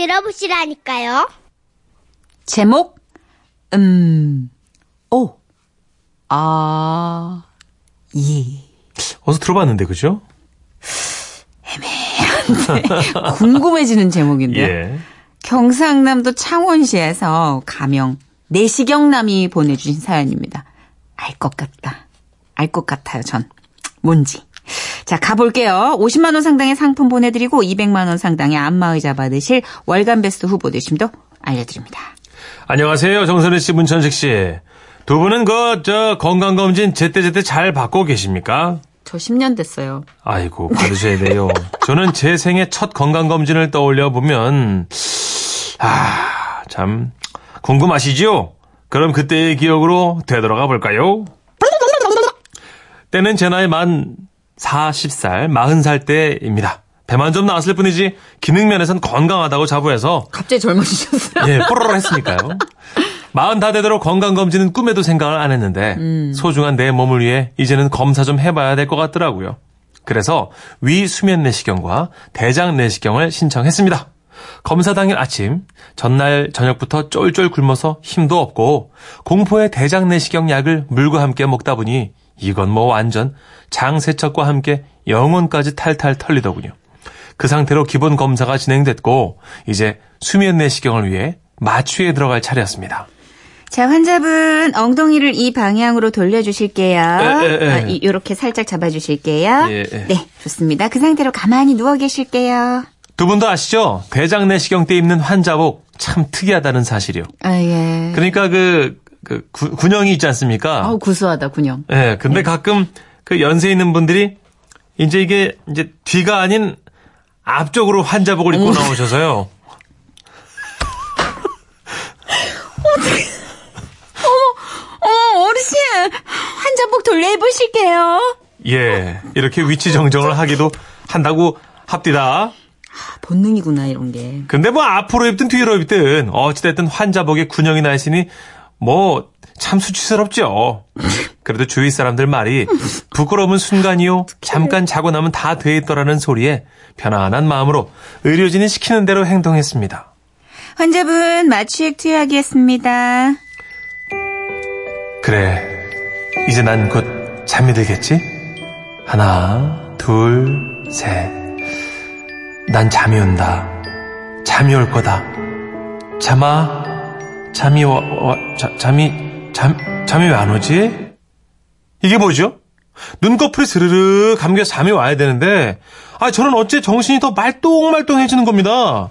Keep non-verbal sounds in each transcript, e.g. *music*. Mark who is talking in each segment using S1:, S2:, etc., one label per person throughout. S1: 들어보시라니까요.
S2: 제목 음. 오. 아. 예. 이.
S3: 어서 들어봤는데 그죠?
S2: 궁금해지는 제목인데요.
S3: 예.
S2: 경상남도 창원시에서 가명 내시경남이 보내주신 사연입니다. 알 것 같다. 알 것 같아요, 전. 뭔지. 자, 가볼게요. 50만원 상당의 상품 보내드리고 200만원 상당의 안마의자 받으실 월간 베스트 후보 되심도 알려드립니다.
S3: 안녕하세요. 정선혜 씨, 문천식 씨. 두 분은 그, 저, 건강검진 제때제때 잘 받고 계십니까?
S2: 저 10년 됐어요.
S3: 아이고, 받으셔야 돼요. 저는 제 생애 첫 건강검진을 떠올려 보면, 아, 참, 궁금하시지요? 그럼 그때의 기억으로 되돌아가 볼까요? 때는 제 나이 만 40살, 40살 때입니다. 배만 좀 나왔을 뿐이지, 기능면에선 건강하다고 자부해서
S2: 갑자기 젊어지셨어요?
S3: 예, 뽀로로 했으니까요. 마흔 다 되도록 건강검진은 꿈에도 생각을 안 했는데, 소중한 내 몸을 위해 이제는 검사 좀 해봐야 될 것 같더라고요. 그래서 위 수면 내시경과 대장 내시경을 신청했습니다. 검사 당일 아침, 전날 저녁부터 쫄쫄 굶어서 힘도 없고, 공포의 대장 내시경 약을 물과 함께 먹다 보니, 이건 뭐 완전 장세척과 함께 영혼까지 탈탈 털리더군요. 그 상태로 기본 검사가 진행됐고 이제 수면 내시경을 위해 마취에 들어갈 차례였습니다.
S2: 자, 환자분 엉덩이를 이 방향으로 돌려주실게요.
S3: 에, 에, 에.
S2: 아, 이- 이렇게 살짝 잡아주실게요.
S3: 예, 예.
S2: 네, 좋습니다. 그 상태로 가만히 누워 계실게요.
S3: 두 분도 아시죠? 대장 내시경 때 입는 환자복 참 특이하다는 사실이요.
S2: 아, 예.
S3: 그러니까 그, 그 구- 군형이 있지 않습니까?
S2: 아우, 네. 구수하다, 군형.
S3: 예, 근데 가끔 그 연세 있는 분들이 이제 이게 이제 뒤가 아닌 앞쪽으로 환자복을
S2: 음.
S3: 입고 나오셔서요.
S2: 어, 어르신! 환자복 돌려해보실게요.
S3: 예, 이렇게
S2: *laughs*
S3: 위치 정정을 하기도 한다고 합디다.
S2: 아, 본능이구나, 이런 게.
S3: 근데 뭐 앞으로 입든 뒤로 입든 어찌됐든 환자복에 군형이 나 있으니 뭐 참 수치스럽죠. 그래도 주위 사람들 말이 부끄러움은 순간이요. 잠깐 자고 나면 다 돼 있더라는 소리에 편안한 마음으로 의료진이 시키는 대로 행동했습니다.
S2: 환자분, 마취액 투여하겠습니다.
S3: 그래, 이제 난 곧 잠이 들겠지? 하나, 둘, 셋. 난 잠이 온다. 잠이 올 거다. 잠아, 잠이 와, 와- 자- 잠이, 잠, 잠이 왜 안 오지? 이게 뭐죠? 눈꺼풀이 스르르 감겨 잠이 와야 되는데, 아, 저는 어째 정신이 더 말똥말똥해지는 겁니다.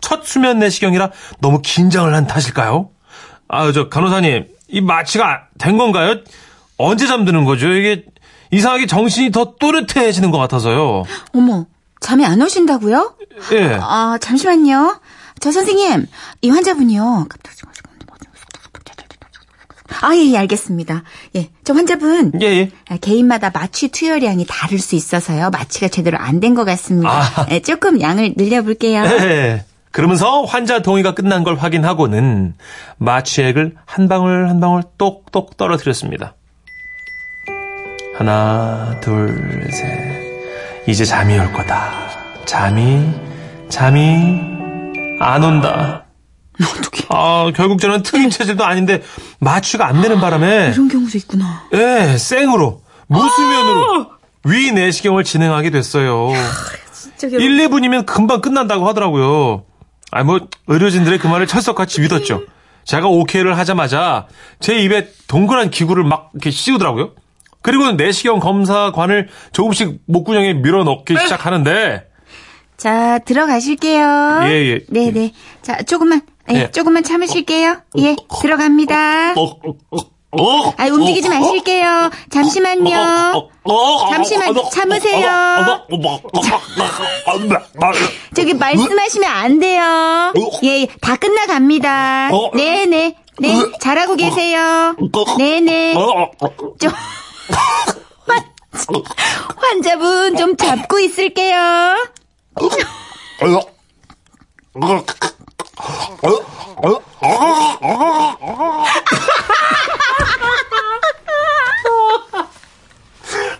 S3: 첫 수면 내시경이라 너무 긴장을 한 탓일까요? 아, 저, 간호사님, 이 마취가 된 건가요? 언제 잠드는 거죠? 이게 이상하게 정신이 더 또렷해지는 것 같아서요.
S2: 어머, 잠이 안 오신다고요?
S3: 예.
S2: 아, 잠시만요. 저 선생님, 이 환자분이요. 아, 예, 예, 알겠습니다. 예, 저 환자분.
S3: 예, 예.
S2: 아, 개인마다 마취 투여량이 다를 수 있어서요. 마취가 제대로 안 된 것 같습니다.
S3: 아.
S2: 예, 조금 양을 늘려볼게요.
S3: 예. 그러면서 환자 동의가 끝난 걸 확인하고는 마취액을 한 방울 한 방울 똑똑 떨어뜨렸습니다. 하나, 둘, 셋. 이제 잠이 올 거다. 잠이, 잠이 안 온다.
S2: 어떡해.
S3: 아, 결국 저는 특임 체질도 아닌데 마취가 안 되는 바람에
S2: 이런 경우도 있구나.
S3: 예, 생으로
S2: 아!
S3: 무수면으로 위 내시경을 진행하게 됐어요.
S2: 진짜
S3: 1, 2분이면 금방 끝난다고 하더라고요. 아, 뭐 의료진들의 그 말을
S2: 예.
S3: 철석같이 믿었죠. 제가 오케이를 하자마자 제 입에 동그란 기구를 막 이렇게 씌우더라고요. 그리고 내시경 검사관을 조금씩 목구멍에
S2: 아.
S3: 밀어넣기 시작하는데
S2: 자, 들어가실게요.
S3: 예, 예.
S2: 네, 네. 자, 조금만, 예,
S3: 예.
S2: 조금만 참으실게요. 예, 들어갑니다. 아, 움직이지 마실게요.
S3: 어,
S2: 잠시만요. 잠시만, 참으세요.
S3: 어,
S2: 저기 말씀하시면 안 돼요. 예, 예, 다 끝나갑니다.
S3: 어?
S2: 네, 네. 네, 잘하고 계세요. 네, 네.
S3: 어? *laughs*
S2: 좀 환- 환자분 좀 잡고 있을게요.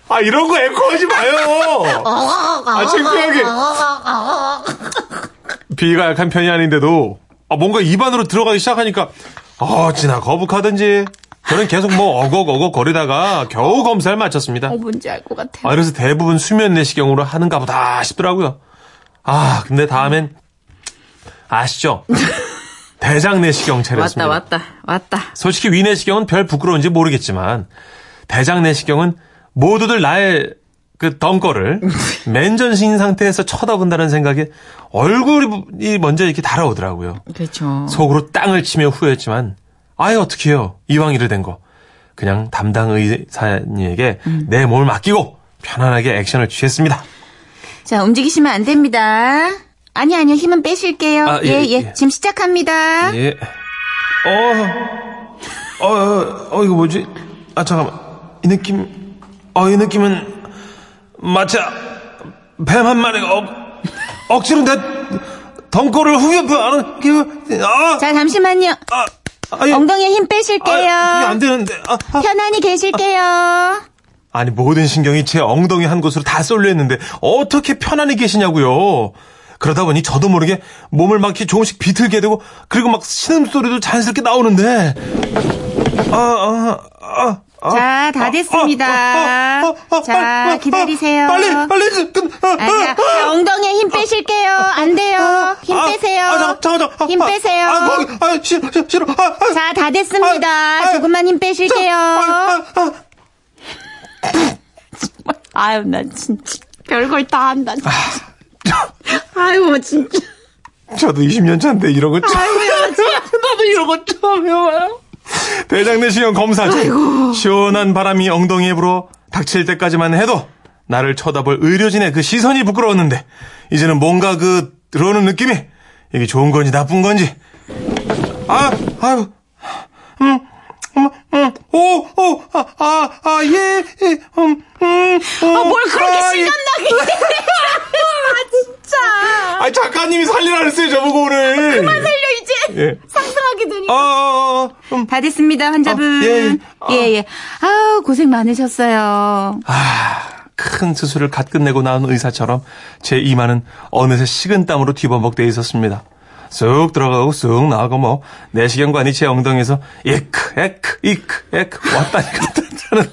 S3: 아 이런 거
S2: *laughs*
S3: 에코하지 마요. 아 창피하게. 비위가 약한 편이 아닌데도 아, 뭔가 입안으로 들어가기 시작하니까 어찌나 거북하든지 저는 계속 뭐 어걱어걱 거리다가 겨우 검사를 마쳤습니다.
S2: 어, 뭔지 알 것 같아요.
S3: 아, 그래서 대부분 수면 내시경으로 하는가 보다 싶더라고요. 아, 근데 다음엔
S2: *laughs*
S3: 아시죠? 대장 내시경 차렸습니다.
S2: 왔다, 왔다, 왔다.
S3: 솔직히 위 내시경은 별 부끄러운지 모르겠지만 대장 내시경은 모두들 나의 그 덩거를 맨전신 상태에서 쳐다본다는 생각에 얼굴이 먼저 이렇게 달아오더라고요.
S2: 그렇죠.
S3: 속으로 땅을 치며 후회했지만 아예 어떻게요? 이왕 이래 된 거. 그냥 담당 의사님에게 내 몸을 맡기고 편안하게 액션을 취했습니다.
S2: 자, 움직이시면 안 됩니다. 아니, 아니요. 힘은 빼실게요.
S3: 아,
S2: 예,
S3: 예,
S2: 예,
S3: 예.
S2: 지금 시작합니다.
S3: 예. 어, 어, 어, 어, 이거 뭐지? 아, 잠깐만. 이 느낌, 어, 이 느낌은 마치 뱀 한 마리가 억, 억지로 내 덩굴을 후벼 안는 기분, 아,
S2: 자, 잠시만요.
S3: 아, 아, 예.
S2: 엉덩이에 힘 빼실게요.
S3: 아, 그게 안 되는데. 아, 아.
S2: 편안히 계실게요.
S3: 아니 모든 신경이 제 엉덩이 한 곳으로 다 쏠려 있는데 어떻게 편안히 계시냐고요. 그러다 보니 저도 모르게 몸을 막 이렇게 조금씩 비틀게 되고 그리고 막 신음소리도 자연스럽게 나오는데 아아아 아, 아,
S2: 자, 다 됐습니다. 자, 기다리세요.
S3: 빨리 빨리 좀 끝. 아, 아,
S2: 아니야.
S3: 아.
S2: 자, 엉덩이에 힘 빼실게요. 안 돼요. 힘
S3: 아,
S2: 빼세요.
S3: 아, 잠깐, 잠깐, 잠깐.
S2: 힘
S3: 아,
S2: 빼세요.
S3: 아, 거기, 아, 싫어, 싫어, 싫어. 아, 아,
S2: 자, 다 됐습니다.
S3: 아, 아,
S2: 조금만 힘 빼실게요.
S3: 아, 아, 아.
S2: 아유, 나 진짜 별걸 다 한다. 진짜.
S3: 아.
S2: 아유, 뭐 진짜.
S3: 저도 20년 차인데 이런 거 처음
S2: 아유,
S3: 나도 이런 거 처음 해와요. 대장 내시경 검사 중 시원한 바람이 엉덩이에 불어 닥칠 때까지만 해도 나를 쳐다볼 의료진의 그 시선이 부끄러웠는데 이제는 뭔가 그 들어오는 느낌이 이게 좋은 건지 나쁜 건지 아 아유 음,
S2: 아, 뭘
S3: 아, 예, 음, 음음오오아아예음음뭘
S2: 그렇게 실감나게.
S3: *laughs*
S2: 아, 진짜.
S3: 아 작가님이 살리라 했어요 저보고 오늘 그만 살려
S2: 이제
S3: 예.
S2: 상상하게 되니.
S3: 아, 아, 음.
S2: 다 됐습니다, 환자분.
S3: 아, 예, 예.
S2: 예, 예. 아우, 고생 많으셨어요.
S3: 아, 큰 수술을 갓 끝내고 나온 의사처럼 제 이마는 어느새 식은 땀으로 뒤범벅돼 있었습니다. 쑥 들어가고 쑥 나오고 뭐 내시경관이 제 엉덩이에서 이크 에크 이크 에크 왔다니까 *laughs* 저는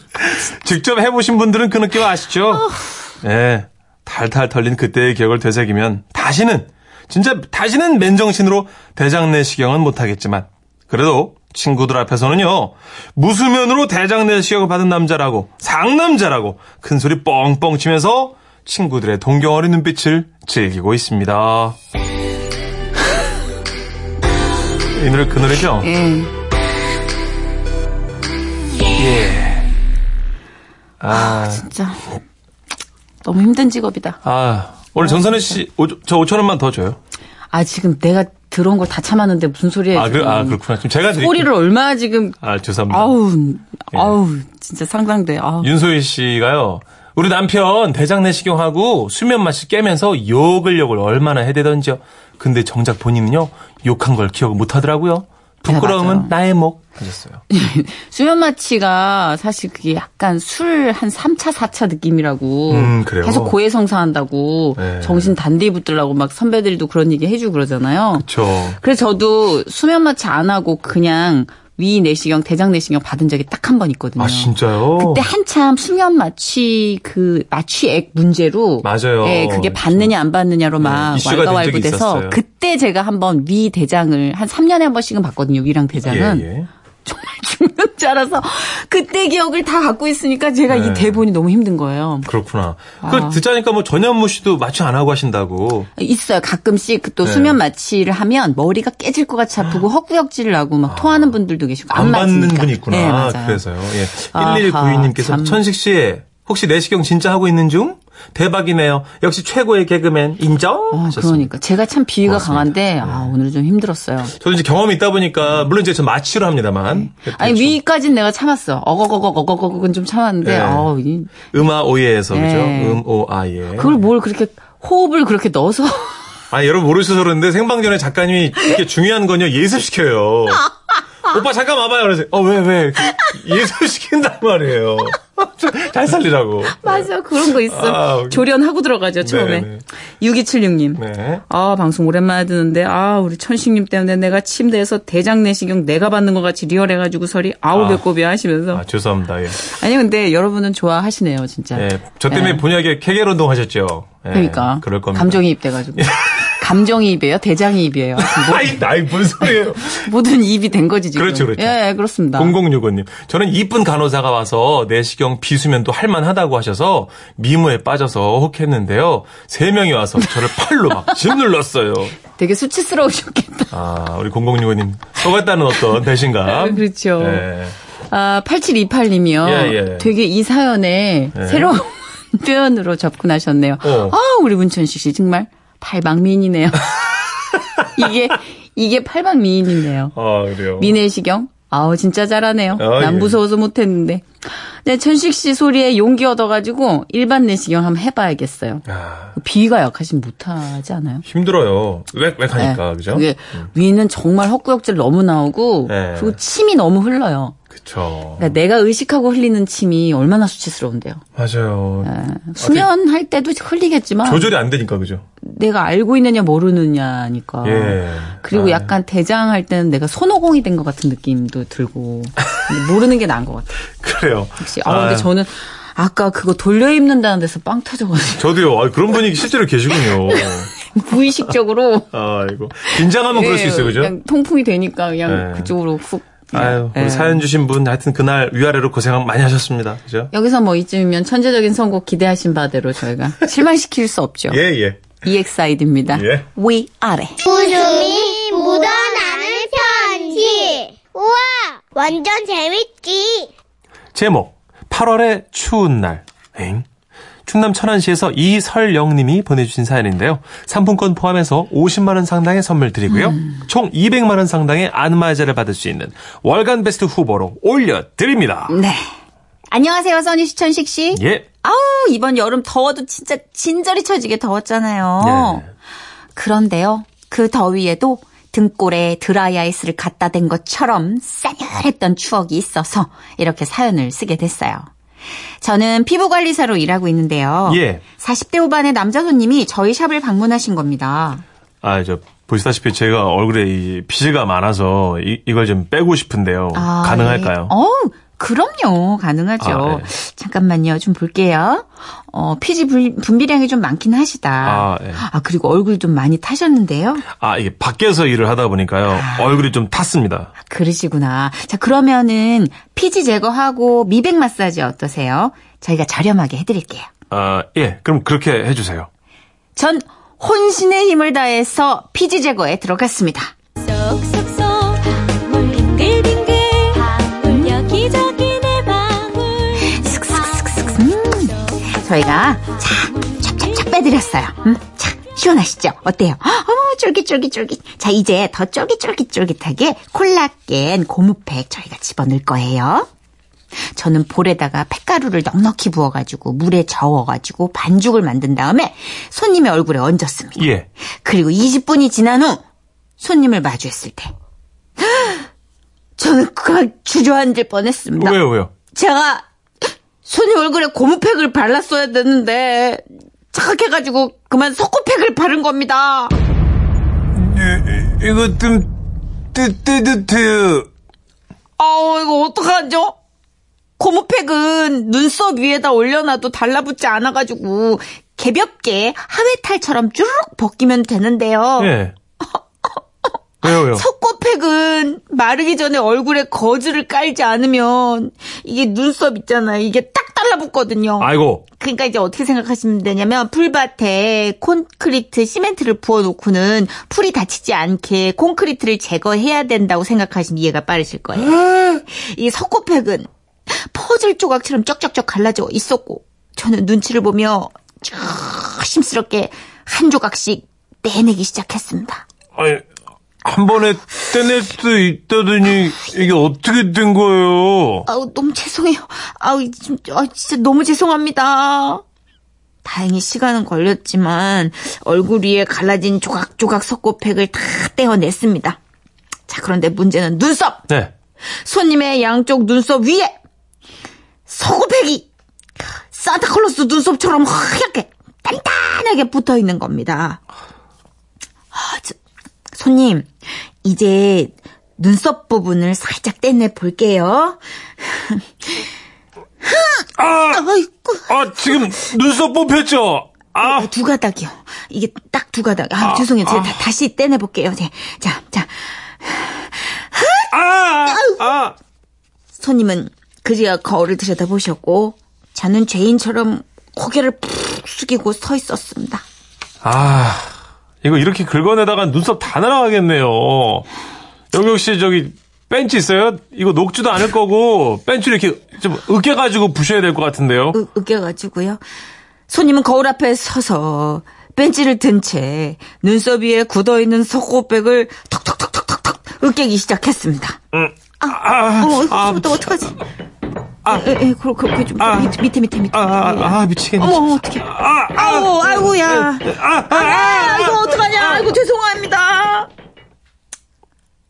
S3: 직접 해보신 분들은 그 느낌 아시죠? 예, 탈탈 털린 그때의 기억을 되새기면 다시는 진짜 다시는 맨정신으로 대장 내시경은 못하겠지만 그래도 친구들 앞에서는요 무수면으로 대장 내시경을 받은 남자라고 상남자라고 큰 소리 뻥뻥 치면서 친구들의 동경 어린 눈빛을 즐기고 있습니다. *laughs* 이 노래 그 노래죠?
S2: 예.
S3: 예. 아,
S2: 진짜. 너무 힘든 직업이다.
S3: 아 오늘 정선혜 씨, 오, 저 5천 원만 더 줘요.
S2: 아, 지금 내가 들어온 걸 다 참았는데 무슨 소리예요?
S3: 아, 그,
S2: 지금.
S3: 아 그렇구나. 지금 제가 드릴게요.
S2: 네, 음. 꼬리를 얼마나 지금,
S3: 아, 예. 죄송합니다.
S2: 아우, 아우, 진짜 상상돼. 아우.
S3: 윤소희 씨가요. 우리 남편 대장 내시경하고 수면 맛이 깨면서 욕을 욕을 얼마나 해대던지요. 근데 정작 본인은요 욕한 걸 기억 못 하더라고요. 부끄러움은
S2: 맞아요.
S3: 나의 목 하셨어요.
S2: 수면 마취가 사실 그게 약간 술 한 3차, 4차 느낌이라고.
S3: 음, 그래요?
S2: 계속 고해성사한다고.
S3: 네.
S2: 정신 단디 붙들라고 막 선배들도 그런 얘기 해주고 그러잖아요.
S3: 저
S2: 그래서 저도 수면 마취 안 하고 그냥 위 내시경, 대장 내시경 받은 적이 딱 한 번 있거든요.
S3: 아 진짜요?
S2: 그때 한참 수면 마취 그 마취액 문제로
S3: 맞아요.
S2: 예, 그게 받느냐 안 받느냐로 막
S3: 네, 이슈가 된 적이
S2: 왈가왈부돼서
S3: 있었어요.
S2: 그때 제가 한번 위 대장을 한 3년에 한 번씩은 받거든요. 위랑 대장은 *laughs*
S3: 예, 예.
S2: 정말 죽는 줄 알아서 그때 기억을 다 갖고 있으니까 제가
S3: 네.
S2: 이 대본이 너무 힘든 거예요.
S3: 그렇구나.
S2: 아.
S3: 그 듣자니까 뭐 전현무 씨도 마취 안 하고 하신다고.
S2: 있어요. 가끔씩 그또
S3: 네.
S2: 수면 마취를 하면 머리가 깨질 것 같이 아프고 헛구역질 나고 막 토하는 분들도 계시고 안,
S3: 안 받는
S2: 맞으니까.
S3: 분이 있구나.
S2: 네, 맞아요.
S3: 그래서요. 예.
S2: 아하,
S3: 1192님께서
S2: 참.
S3: 천식 씨 혹시 내시경 진짜 하고 있는 중? 대박이네요. 역시 최고의 개그맨 인정.
S2: 아,
S3: 하셨습니다.
S2: 그러니까 제가 참 비위가
S3: 고맙습니다.
S2: 강한데 아, 오늘은 좀 힘들었어요.
S3: 저도 이제 경험이 있다 보니까 물론 이제 저 마취로 합니다만
S2: 네. 아니
S3: 대충
S2: 위까진 내가 참았어. 어거거거 어거거거는 좀 참았는데
S3: 네.
S2: 어우, 이-
S3: 음아 오예에서 그죠?
S2: 네.
S3: 음오아예.
S2: 그걸 뭘 그렇게 호흡을 그렇게 넣어서
S3: 아 여러분 모르셔서 그러는데 생방전에 작가님이 이렇게 중요한 건요
S2: *laughs*
S3: 어, 예습시켜요. *laughs* 오빠 잠깐 와봐요. 그래서 어왜 왜? 이렇게 예습시킨단 말이에요. 잘 살리라고.
S2: 맞아, 그런 거
S3: 아,
S2: 있어.
S3: 오케이.
S2: 조련하고 들어가죠, 처음에.
S3: 네.
S2: 6276님.
S3: 네.
S2: 아, 방송 오랜만에 듣는데, 아, 우리 천식님 때문에 내가 침대에서 대장 내시경 내가 받는 것 같이 리얼해가지고 설이 아우
S3: 아.
S2: 배꼽이 하시면서.
S3: 아, 죄송합니다. 예.
S2: 아니, 근데 여러분은 좋아하시네요, 진짜.
S3: 예, 저 때문에
S2: 예.
S3: 본의하게 케겔 운동 하셨죠. 예,
S2: 그러니까.
S3: 그럴 겁니다. 예.
S2: 감정이입 돼가지고. 감정이입이에요? 대장이입이에요?
S3: *laughs* 아이, 나이 뭔 소리예요?
S2: 모든 입이 된 거지, 지금.
S3: 그렇죠, 그렇죠.
S2: 예, 그렇습니다.
S3: 0065님, 저는 이쁜 간호사가 와서 내시경 비수면도 할만하다고 하셔서 미모에 빠져서 혹했는데요. 세 명이 와서 저를 팔로 막 짓눌렀어요.
S2: 되게 수치스러우셨겠다.
S3: 아, 우리 0065님, 속았다는 어떤 배신감.
S2: *laughs* 그렇죠.
S3: 예.
S2: 아, 8728님이요.
S3: 예, 예.
S2: 되게 이 사연에
S3: 예.
S2: 새로운 *laughs* 표현으로 접근하셨네요.
S3: 어.
S2: 아, 우리 문천식 씨 정말 팔방미인이네요. *laughs* 이게, 이게 팔방미인이네요.
S3: 아, 그래요.
S2: 미내시경? 아우, 진짜 잘하네요.
S3: 아,
S2: 난
S3: 예.
S2: 무서워서 못했는데. 네, 천식 씨 소리에 용기 얻어가지고 일반 내시경 한번 해봐야겠어요. 그
S3: 아,
S2: 비위가 약하신 못하지 않아요?
S3: 힘들어요. 왜, 왜 가니까, 그러니까, 그죠? 음.
S2: 게 위는 정말 헛구역질 너무 나오고,
S3: 예.
S2: 그리고 침이 너무 흘러요.
S3: 그쵸.
S2: 그러니까 내가 의식하고 흘리는 침이 얼마나 수치스러운데요.
S3: 맞아요.
S2: 네. 수면할 때도 흘리겠지만
S3: 조절이 안 되니까, 그죠?
S2: 내가 알고 있느냐 모르느냐니까.
S3: 예.
S2: 그리고
S3: 아.
S2: 약간 대장할 때는 내가 손오공이 된 것 같은 느낌도 들고 근데 모르는 게 나은 것 같아요.
S3: 그래요.
S2: 혹시 아 근데 저는 아까 그거 돌려 입는다는 데서 빵 터져가지고 *laughs*
S3: 저도요. 아, 그런 분이 실제로 계시군요.
S2: 무의식적으로
S3: 아이고. 긴장하면 그럴 수
S2: 예,
S3: 있어요, 그죠?
S2: 그냥 통풍이 되니까 그냥
S3: 예.
S2: 그쪽으로 훅.
S3: 아유, 우리
S2: 예.
S3: 사연 주신 분 하여튼 그날 위아래로 고생 많이 하셨습니다. 그죠?
S2: 여기서 뭐 이쯤이면 천재적인 선곡 기대하신 바대로 저희가 실망시킬 수 없죠. E
S3: 예, 예.
S2: EXID입니다.
S3: 예.
S2: 위 아래.
S1: 웃음이 묻어나는 편지. 우와, 완전 재밌지.
S3: 제목 8월의 추운 날. 엥? 충남 천안시에서 이설영 님이 보내주신 사연인데요. 상품권 포함해서 50만 원 상당의 선물 드리고요. 총 200만 원 상당의 안마의자를 받을 수 있는 월간 베스트 후보로 올려드립니다.
S2: 네. 안녕하세요, 써니 시천식 씨.
S3: 예.
S2: 아우, 이번 여름 더워도 진짜 진저리 쳐지게 더웠잖아요.
S3: 네.
S2: 그런데요, 그 더위에도 등골에 드라이아이스를 갖다 댄 것처럼 싸늘했던 추억이 있어서 이렇게 사연을 쓰게 됐어요. 저는 피부관리사로 일하고 있는데요.
S3: 예.
S2: 40대 후반의 남자 손님이 저희 샵을 방문하신 겁니다.
S3: 아, 저 보시다시피 제가 얼굴에 이 피지가 많아서 이, 이걸 좀 빼고 싶은데요.
S2: 아,
S3: 가능할까요?
S2: 예. 어, 그럼요. 가능하죠.
S3: 아, 예.
S2: 잠깐만요. 좀 볼게요. 어, 피지 불- 분비량이 좀 많긴 하시다.
S3: 아, 예.
S2: 그리고 얼굴 좀 많이 타셨는데요.
S3: 아, 이게 밖에서 일을 하다 보니까요. 얼굴이 좀 탔습니다.
S2: 아, 그러시구나. 자, 그러면은 피지 제거하고 미백 마사지 어떠세요? 저희가 저렴하게 해드릴게요.
S3: 아, 예. 그럼 그렇게 해주세요.
S2: 전 혼신의 힘을 다해서 피지 제거에 들어갔습니다.
S4: 쏙쏙쏙 물빙글빙글 방울 여기저기 내 방울
S2: 슥슥슥슥. 음. 저희가 자, 찹찹찹 빼드렸어요. 음, 자, 시원하시죠? 어때요? 어머, 쫄깃쫄깃쫄깃. 자, 이제 더 쫄깃쫄깃쫄깃하게 콜라겐 고무팩 저희가 집어넣을 거예요. 저는 볼에다가 팩가루를 넉넉히 부어가지고 물에 저어가지고 반죽을 만든 다음에 손님의 얼굴에 얹었습니다.
S3: 예.
S2: 그리고 20분이 지난 후 손님을 마주했을 때 저는 그걸 주저앉을 뻔했습니다.
S3: 왜요, 왜요?
S2: 제가 손님 얼굴에 고무팩을 발랐어야 되는데 착각해가지고 그만 석고팩을 바른 겁니다.
S3: 예, 이- 이거 좀 뜨뜨뜨뜨
S2: 아우 이거 어떡하죠? 고무팩은 눈썹 위에다 올려놔도 달라붙지 않아가지고 개볍게 하회탈처럼 쭉 벗기면 되는데요.
S3: 예 왜요 왜요
S2: 석고팩은 마르기 전에 얼굴에 거즈를 깔지 않으면 이게 눈썹 있잖아요. 이게 딱 달라붙거든요.
S3: 아이고
S2: 그러니까 이제 어떻게 생각하시면 되냐면 풀밭에 콘크리트 시멘트를 부어놓고는 풀이 다치지 않게 콘크리트를 제거해야 된다고 생각하시면 이해가 빠르실 거예요. 이 석고팩은 퍼즐 조각처럼 쩍쩍쩍 갈라져 있었고 저는 눈치를 보며 조심스럽게 한 조각씩 떼내기 시작했습니다.
S3: 아니 한 번에 떼낼 수 있다더니 이게 어떻게 된 거예요
S2: 아우 너무 죄송해요. 아우 좀, 아, 진짜 너무 죄송합니다. 다행히 시간은 걸렸지만 얼굴 위에 갈라진 조각조각 석고팩을 다 떼어냈습니다. 자 그런데 문제는 눈썹.
S3: 네
S2: 손님의 양쪽 눈썹 위에 석고팩이 산타클로스 눈썹처럼 하얗게 단단하게 붙어 있는 겁니다. 아, 저, 손님, 이제 눈썹 부분을 살짝 떼내 볼게요.
S3: 아,
S2: 아이고,
S3: 아, 지금 눈썹 뽑혔죠? 아,
S2: 어, 두 가닥이요. 이게 딱 두 가닥. 아,
S3: 아,
S2: 죄송해요. 제가
S3: 아.
S2: 다, 다시 떼내 볼게요. 네. 자, 자,
S3: 아, 아,
S2: 손님은 그제야 거울을 들여다보셨고 저는 죄인처럼 고개를 푹 숙이고 서 있었습니다.
S3: 아, 이거 이렇게 긁어내다가 눈썹 다 날아가겠네요. 영경 씨, 저기, 벤치 있어요? 이거 녹지도 않을 거고, 벤치를 이렇게 좀 으깨가지고 부셔야 될 것 같은데요.
S2: 으, 으깨가지고요. 손님은 거울 앞에 서서 벤치를 든 채 눈썹 위에 굳어있는 속옷백을 턱턱턱턱턱턱 으깨기 시작했습니다.
S3: 아, 아,
S2: 어, 이거
S3: 아,
S2: 또 어떡하지?
S3: 아.
S2: 에, 에, 그럼, 그럼, 그럼 좀
S3: 아.
S2: 밑에, 밑에, 밑에, 밑에.
S3: 아, 아, 아, 미치겠네.
S2: 어머, 어머, 어떡해.
S3: 아, 아,
S2: 아이고, 아이고야.
S3: 아, 아,
S2: 아, 이거 어떡하냐. 아이고, 죄송합니다.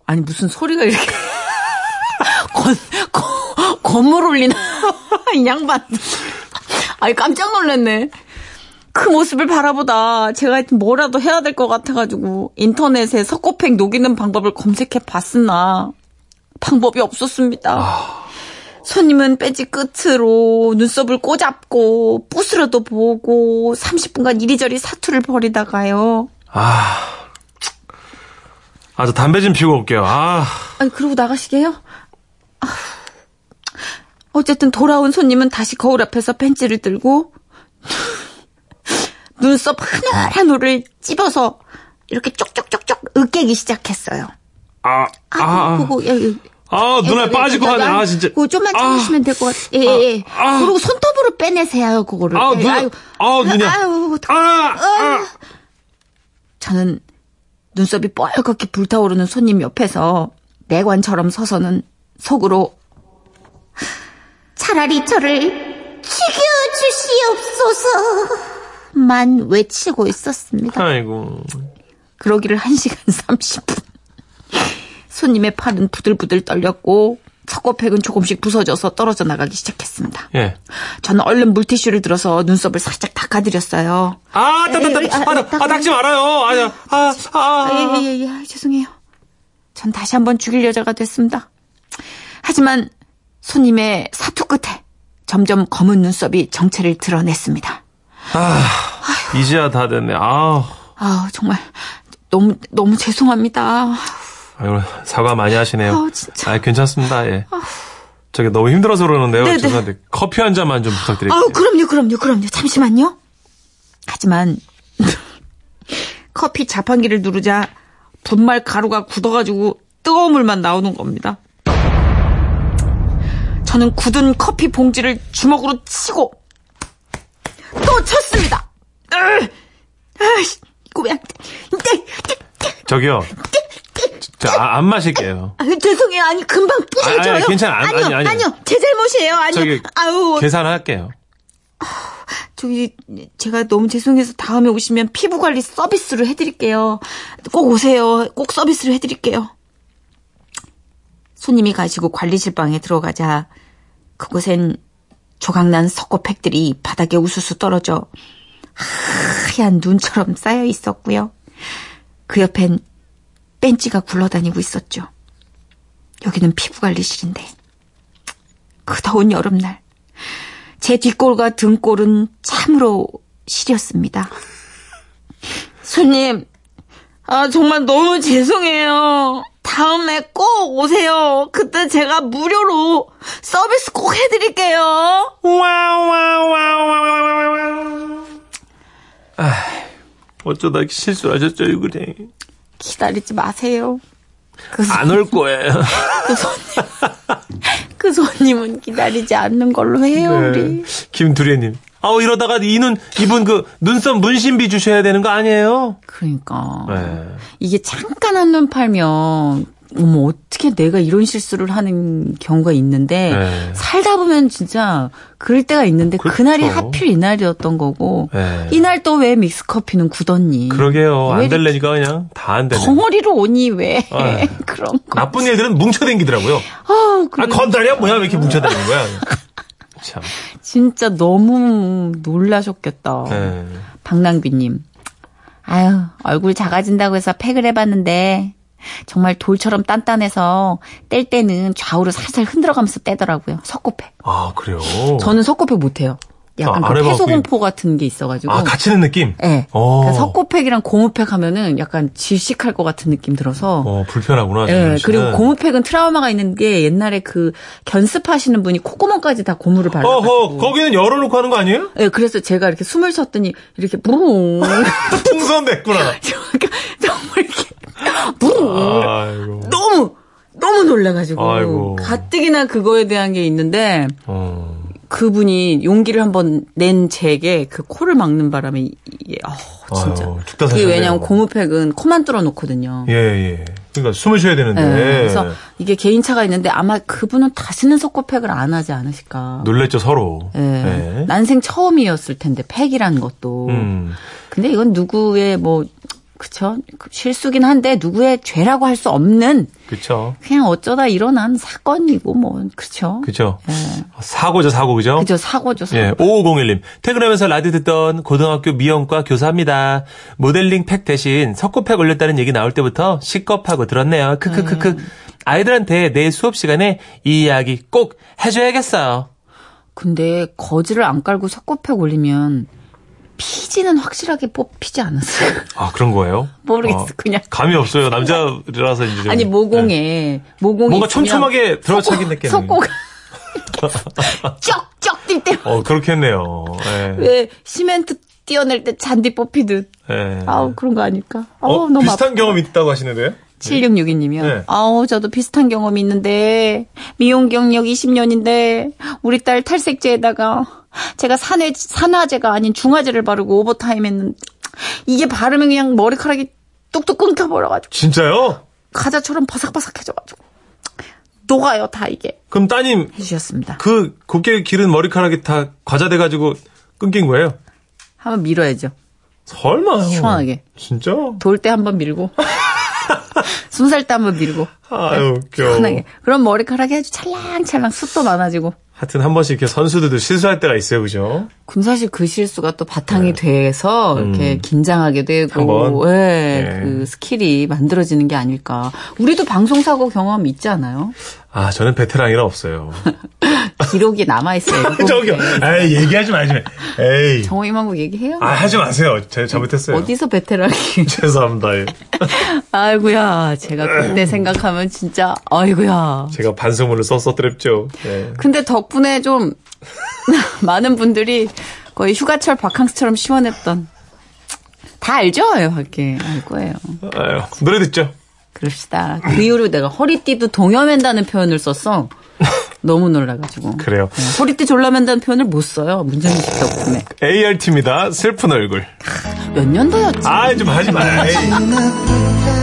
S2: 아니, 무슨 소리가 이렇게. *laughs* 건, 건, 건물 올리나. *laughs* 이 양반. 아니, 깜짝 놀랐네. 그 모습을 바라보다 제가 하여튼 뭐라도 해야 될 것 같아가지고 인터넷에 석고팽 녹이는 방법을 검색해 봤으나 방법이 없었습니다. 손님은 빼지 끝으로 눈썹을 꼬잡고 부스러도 보고 30분간 이리저리 사투를 벌이다가요.
S3: 아, 아, 저 담배 좀 피우고 올게요. 아,
S2: 아니 그러고 나가시게요? 아휴. 어쨌든 돌아온 손님은 다시 거울 앞에서 팬츠를 들고 *laughs* 눈썹 하늘한 올을 찝어서 이렇게 쪽쪽쪽쪽 으깨기 시작했어요.
S3: 아, 아,
S2: 아,
S3: 아,
S2: 그거 예, 예.
S3: 아, 눈알 빠질 것 같네. 아, 진짜.
S2: 그거 좀만 참으시면 될 것 같아요. 예,
S3: 아,
S2: 예, 예.
S3: 아.
S2: 그리고 손톱으로 빼내세요, 그거를.
S3: 아,
S2: 예,
S3: 눈,
S2: 아유.
S3: 아, 눈이야.
S2: 아유, 어떡해.
S3: 아, 아,
S2: 저는 눈썹이 뻘겋게 불타오르는 손님 옆에서 내관처럼 서서는 속으로 차라리 저를 죽여주시옵소서만 외치고 있었습니다.
S3: 아이고.
S2: 그러기를 1시간 *laughs* 30분. 손님의 팔은 부들부들 떨렸고 석고팩은 조금씩 부서져서 떨어져 나가기 시작했습니다.
S3: 예.
S2: 저는 얼른 물티슈를 들어서 눈썹을 살짝 닦아드렸어요.
S3: 아, 따, 따, 따, 아, 아, 닦지 말아요. 아니, 아, 아,
S2: 아,
S3: 아.
S2: 예, 예, 예, 아, 죄송해요. 전 다시 한번 죽일 여자가 됐습니다. 하지만 손님의 사투 끝에 점점 검은 눈썹이 정체를 드러냈습니다.
S3: 이제야 다 됐네. 아,
S2: 아 정말 너무 너무 죄송합니다.
S3: 아이고, 사과 많이 하시네요.
S2: 아우, 진짜.
S3: 아, 괜찮습니다. 예. 저기 너무 힘들어서 그러는데요.
S2: 네네.
S3: 죄송한데 커피 한 잔만 좀 부탁드릴게요.
S2: 아우 그럼요, 그럼요, 그럼요. 잠시만요. 하지만 *laughs* 커피 자판기를 누르자 분말 가루가 굳어가지고 뜨거운 물만 나오는 겁니다. 저는 굳은 커피 봉지를 주먹으로 치고 또 쳤습니다. 으! 아이씨, 이거 왜안 돼? 네, 네,
S3: 저기요. 저, 아, 안 마실게요.
S2: 아유, 죄송해요. 아니 금방 부셔져요.
S3: 아, 아니, 괜찮아. 안-
S2: 아니요,
S3: 아니, 아니요.
S2: 아니요. 제 잘못이에요. 아니요.
S3: 저기,
S2: 아우,
S3: 계산할게요.
S2: 저기 제가 너무 죄송해서 다음에 오시면 피부 관리 서비스를 해드릴게요. 꼭 오세요. 꼭 서비스를 해드릴게요. 손님이 가시고 관리실 방에 들어가자 그곳엔 조각난 석고팩들이 바닥에 우수수 떨어져 하얀 눈처럼 쌓여 있었고요. 그 옆엔 벤치가 굴러다니고 있었죠. 여기는 피부 관리실인데 그 더운 여름날 제 뒷골과 등골은 참으로 시렸습니다. 손님, 아, 정말 너무 죄송해요. 다음에 꼭 오세요. 그때 제가 무료로 서비스 꼭 해드릴게요.
S3: 어쩌다 이렇게 실수를 하셨죠, 유그래.
S2: 기다리지 마세요. 그, 손-
S3: 안 올 거예요.
S2: 그 손님, 그 손님은 기다리지 않는 걸로 해요, 아, 우리.
S3: 예. 김두례님. 아우, 이러다가 이눈, 이분 그, 눈썹 문신비 주셔야 되는 거 아니에요?
S2: 그러니까.
S3: 네.
S2: 이게 잠깐 한눈 팔면 어머 어떻게 내가 이런 실수를 하는 경우가 있는데
S3: 네.
S2: 살다 보면 진짜 그럴 때가 있는데 그
S3: 그렇죠.
S2: 날이 하필 이날이었던 거고
S3: 네. 그렇죠.
S2: 이날 또 왜 믹스 커피는 굳었니?
S3: 그러게요.
S2: 음. 왜
S3: 안
S2: 이렇게
S3: 될래니까 그냥 다 안 되네.
S2: 덩어리로 오니 왜
S3: 아.
S2: *laughs* 그런 거?
S3: 나쁜 일들은 뭉쳐댕기더라고요.
S2: 아,
S3: 아,
S2: 그래. *laughs*
S3: 건달이야 뭐야 왜 이렇게 뭉쳐다니는 거야? 참.
S2: 진짜 너무 놀라셨겠다.
S3: 네.
S2: 박랑귀님. 아유, 얼굴 작아진다고 해서 팩을 해봤는데, 정말 돌처럼 단단해서, 뗄 때는 좌우로 살살 흔들어가면서 떼더라고요. 석고팩.
S3: 아, 그래요?
S2: 저는 석고팩 못해요. 약간
S3: 아,
S2: 그
S3: 안 해봐서
S2: 폐소공포 같은 게 있어가지고.
S3: 아, 갇히는 느낌?
S2: 예.
S3: 어.
S2: 그러니까 석고팩이랑 고무팩 하면은 약간 질식할 것 같은 느낌 들어서.
S3: 어, 네. 불편하구나.
S2: 예,
S3: 지민 씨는.
S2: 그리고 고무팩은 트라우마가 있는 게 옛날에 그 견습하시는 분이 콧구멍까지 다 고무를
S3: 어허,
S2: 발라가지고
S3: 거기는 열어놓고 하는 거 아니에요? *laughs*
S2: 예, 그래서 제가 이렇게 숨을 쉬었더니 이렇게 부릉
S3: 풍선됐구나.
S2: *laughs* 정말 이렇게 부릉
S3: 아이고.
S2: 너무 너무 놀라가지고
S3: 아이고.
S2: 가뜩이나 그거에 대한 게 있는데
S3: 어.
S2: 그분이 용기를 한번 낸 제게 그 코를 막는 바람에 이- 이게 어, 진짜
S3: 아유, 죽다
S2: 이게
S3: 사셨네요.
S2: 왜냐면 고무팩은 코만 뚫어 놓거든요.
S3: 예, 예. 그러니까 숨을 쉬어야 되는데.
S2: 예, 그래서 이게 개인차가 있는데 아마 그분은 다시는 속고팩을 안 하지 않으실까.
S3: 놀랬죠, 서로.
S2: 예.
S3: 예.
S2: 난생 처음이었을 텐데 팩이라는 것도.
S3: 음.
S2: 근데 이건 누구의 뭐 그쵸 그 실수긴 한데 누구의 죄라고 할 수 없는
S3: 그쵸.
S2: 그냥 어쩌다 일어난 사건이고 뭐 그쵸.
S3: 그쵸.
S2: 예.
S3: 사고죠, 사고, 그죠?
S2: 그죠 사고죠 사고.
S3: 예, 5501님. 퇴근하면서 라디오 듣던 고등학교 미용과 교사입니다. 모델링 팩 대신 석고팩 올렸다는 얘기 나올 때부터 시겁하고 들었네요. 크크크크.
S2: 음.
S3: 아이들한테 내일 수업 시간에 이 이야기 꼭 해줘야겠어요.
S2: 근데 거지를 안 깔고 석고팩 올리면 피지는 확실하게 뽑히지 않았어요. *laughs*
S3: 아, 그런 거예요?
S2: 모르겠어
S3: 아,
S2: 그냥.
S3: 감이 없어요. 남자라서 이제. 좀-
S2: 아니
S3: 예.
S2: 모공에 모공에
S3: 뭔가
S2: 있으면
S3: 촘촘하게 들어차긴
S2: 속-
S3: 느낌. *laughs*
S2: 속고가 쩍쩍 뛸 때.
S3: 어, 그렇겠네요. 예.
S2: 왜 시멘트 띄어낼 때 잔디 뽑히듯.
S3: 예.
S2: 아우 그런 거 아닐까? 아우
S3: 어,
S2: 너무 아파.
S3: 비슷한 경험 있다고 하시는데요?
S2: 7662님이요.
S3: 네.
S2: 아우, 저도 비슷한 경험이 있는데, 미용 경력 20년인데, 우리 딸 탈색제에다가, 제가 산해, 산화제가 아닌 중화제를 바르고 오버타임 했는데, 이게 바르면 그냥 머리카락이 뚝뚝 끊겨버려가지고,
S3: 진짜요?
S2: 과자처럼 바삭바삭해져가지고, 녹아요, 다 이게.
S3: 그럼 따님,
S2: 해주셨습니다.
S3: 그 곱게 기른 머리카락이 다 과자돼가지고 끊긴 거예요?
S2: 한번 밀어야죠.
S3: 설마.
S2: 시원하게.
S3: 진짜?
S2: 돌 때 한번 밀고, *laughs* 숨살 때 한번 밀고, 네,
S3: 아유, 웃겨.
S2: 편하게. 그럼 머리카락이 아주 찰랑찰랑 숱도 많아지고,
S3: 하여튼 한 번씩 이렇게 선수들도 실수할 때가 있어요, 그죠?
S2: 그럼 사실 그 실수가 또 바탕이 돼서 이렇게 긴장하게 되고,
S3: 네. 음. 한번.
S2: 예,
S3: 예.
S2: 그 스킬이 만들어지는 게 아닐까. 우리도 방송사고 경험 있지 않아요?
S3: 아, 저는 베테랑이라 없어요.
S2: 기록이 남아있어요. 이거.
S3: *laughs* 저기요. 에이, 얘기하지 말지. 에이.
S2: 정호임하고 얘기해요?
S3: 아, 네. 하지 마세요. 제가 잘못했어요.
S2: 어디서 베테랑이.
S3: 죄송합니다. 예.
S2: *laughs* 아이고야, 제가 그때 생각하면 진짜, 아이고야.
S3: 제가 반성문을 썼어 드렸죠. 예.
S2: 근데 덕분에 좀 *laughs* 많은 분들이 거의 휴가철 바캉스처럼 시원했던. 다 알죠? 이렇게 알 거예요.
S3: 아유, 노래 듣죠?
S2: 그럽시다. 그 이후로 내가 허리띠도 동여맨다는 표현을 썼어. 너무 놀라가지고.
S3: 그래요.
S2: 네, 허리띠 졸라맨다는 표현을 못 써요. 문정희 씨 덕분에.
S3: ART입니다. 슬픈 얼굴.
S2: 몇 년도였지?
S3: 아, 좀 하지 마. 에이.
S5: 눈 아플 때